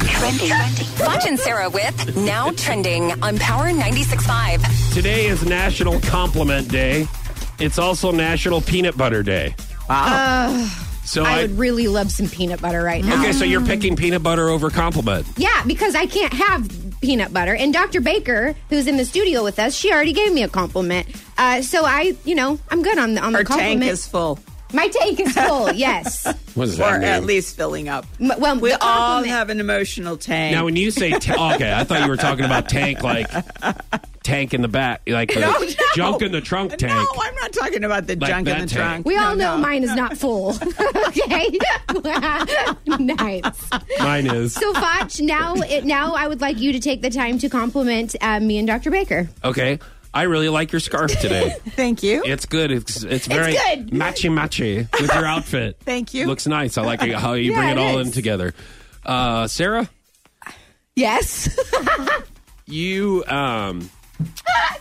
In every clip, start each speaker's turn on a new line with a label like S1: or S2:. S1: Trending. Foch and Sarah with Now Trending on Power 96.5.
S2: Today is National Compliment Day. It's also National Peanut Butter Day.
S3: Uh,
S2: So I,
S4: I would really love some peanut butter right now.
S2: okay, so you're picking peanut butter over compliment.
S4: Yeah, because I can't have peanut butter. And Dr. Baker, who's in the studio with us, she already gave me a compliment. Uh, so I, you know, I'm good on the on
S3: Our
S4: the compliment.
S3: tank is full,
S4: My tank is full. yes.
S2: What does
S3: or
S2: that mean?
S3: at least filling up.
S4: M- well,
S3: we
S4: the
S3: all
S4: compliment-
S3: have an emotional tank.
S2: now, when you say ta- oh, okay, I thought you were talking about tank, like tank in the back, like the
S3: No, no.
S2: junk in the trunk tank.
S3: No, I'm not talking about the
S2: Like
S3: junk in
S2: that tank.
S3: the trunk.
S4: We
S3: No,
S4: all know
S3: no.
S4: mine is not full. okay. nice.
S2: Mine is
S4: So Foch, now it now I would like you to take the time to compliment uh, me and Dr. Baker.
S2: okay. I really like your scarf today.
S3: Thank you.
S2: It's good. It's it's very
S4: good.
S2: matchy matchy with your outfit.
S3: Thank you.
S2: Looks nice. I like how you
S4: Yeah,
S2: bring it,
S4: it
S2: all
S4: is.
S2: in together. Uh, Sarah,
S4: Yes.
S2: you um,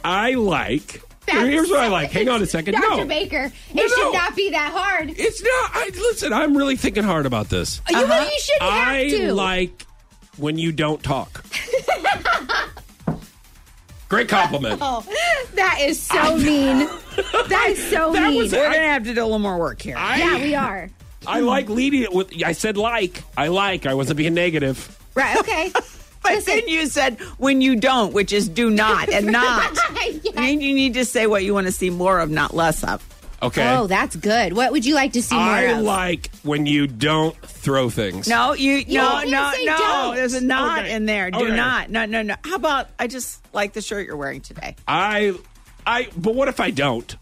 S2: I like. here's what I like. Hang on a second.
S4: Dr.
S2: No,
S4: Baker,
S2: No, no.
S4: it should not be that hard.
S2: it's not. I, listen, I'm really thinking hard about this.
S4: Uh, You,
S3: Uh-huh.
S4: you shouldn't
S2: I
S4: have to.
S2: like when you don't talk. Great compliment.
S4: Oh, that is so mean. That is so
S2: That
S4: mean.
S2: was-
S3: We're
S2: I-
S3: gonna have to do a little more work here.
S2: I,
S4: yeah, we are.
S2: I like leading it with. I said like. I like. I wasn't being negative.
S4: Right, okay.
S3: but
S4: listen.
S3: then you said when you don't, which is do not and not.
S4: Yes.
S3: I mean, you need to say what you want to see more of, not less of.
S2: Okay.
S4: Oh, that's good. What would you like to see more
S2: I
S4: of?
S2: like when you don't throw things.
S3: No, you, no,
S4: didn't
S3: no,
S4: say
S3: no.
S4: don't.
S3: There's a not
S2: Okay.
S3: in there. Do
S2: Okay.
S3: not. No, no, no. How about I just like the shirt you're wearing today?
S2: I, I. But what if I don't?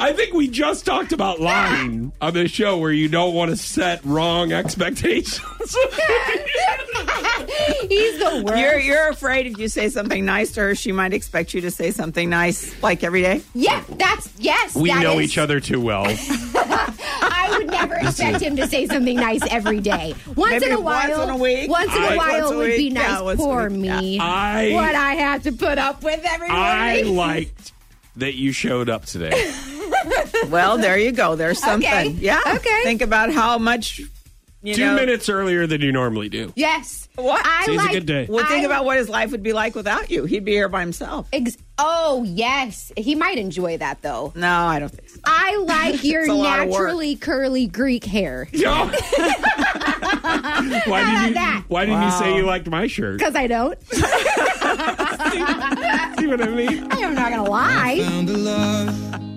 S2: I think we just talked about lying on this show where you don't want to set wrong expectations.
S4: He's the worst.
S3: You're you're afraid if you say something nice to her, she might expect you to say something nice like every day.
S4: yeah, that's yes.
S2: we
S4: that
S2: know
S4: is-
S2: each other too well.
S4: I would never expect him to say something nice every day. Once
S3: Maybe
S4: in a while,
S3: once in a week.
S4: once in a
S2: I-
S4: while
S3: once a
S4: would be
S3: week, yeah,
S4: nice.
S3: once a
S4: Poor
S3: week,
S4: me.
S2: I-
S4: what I have to put up with every
S2: I
S4: morning.
S2: liked that you showed up today.
S3: Well, there you go. There's something.
S4: Okay.
S3: Yeah.
S4: Okay.
S3: Think about how much. You
S2: Two
S3: know,
S2: minutes earlier than you normally do.
S4: Yes.
S3: What?
S4: I
S2: Today's a
S4: like,
S2: good day.
S3: Well, think
S4: I-
S3: about what his life would be like without you. He'd be here by himself.
S4: Ex- oh yes, he might enjoy that though.
S3: No, I don't think so.
S4: I like your
S3: a lot of work.
S4: naturally curly Greek hair
S2: No. why
S4: about
S2: did you?
S4: that?
S2: Why didn't you say you liked my shirt?
S4: because I don't.
S2: See what I mean?
S4: I'm not gonna lie.
S5: found a love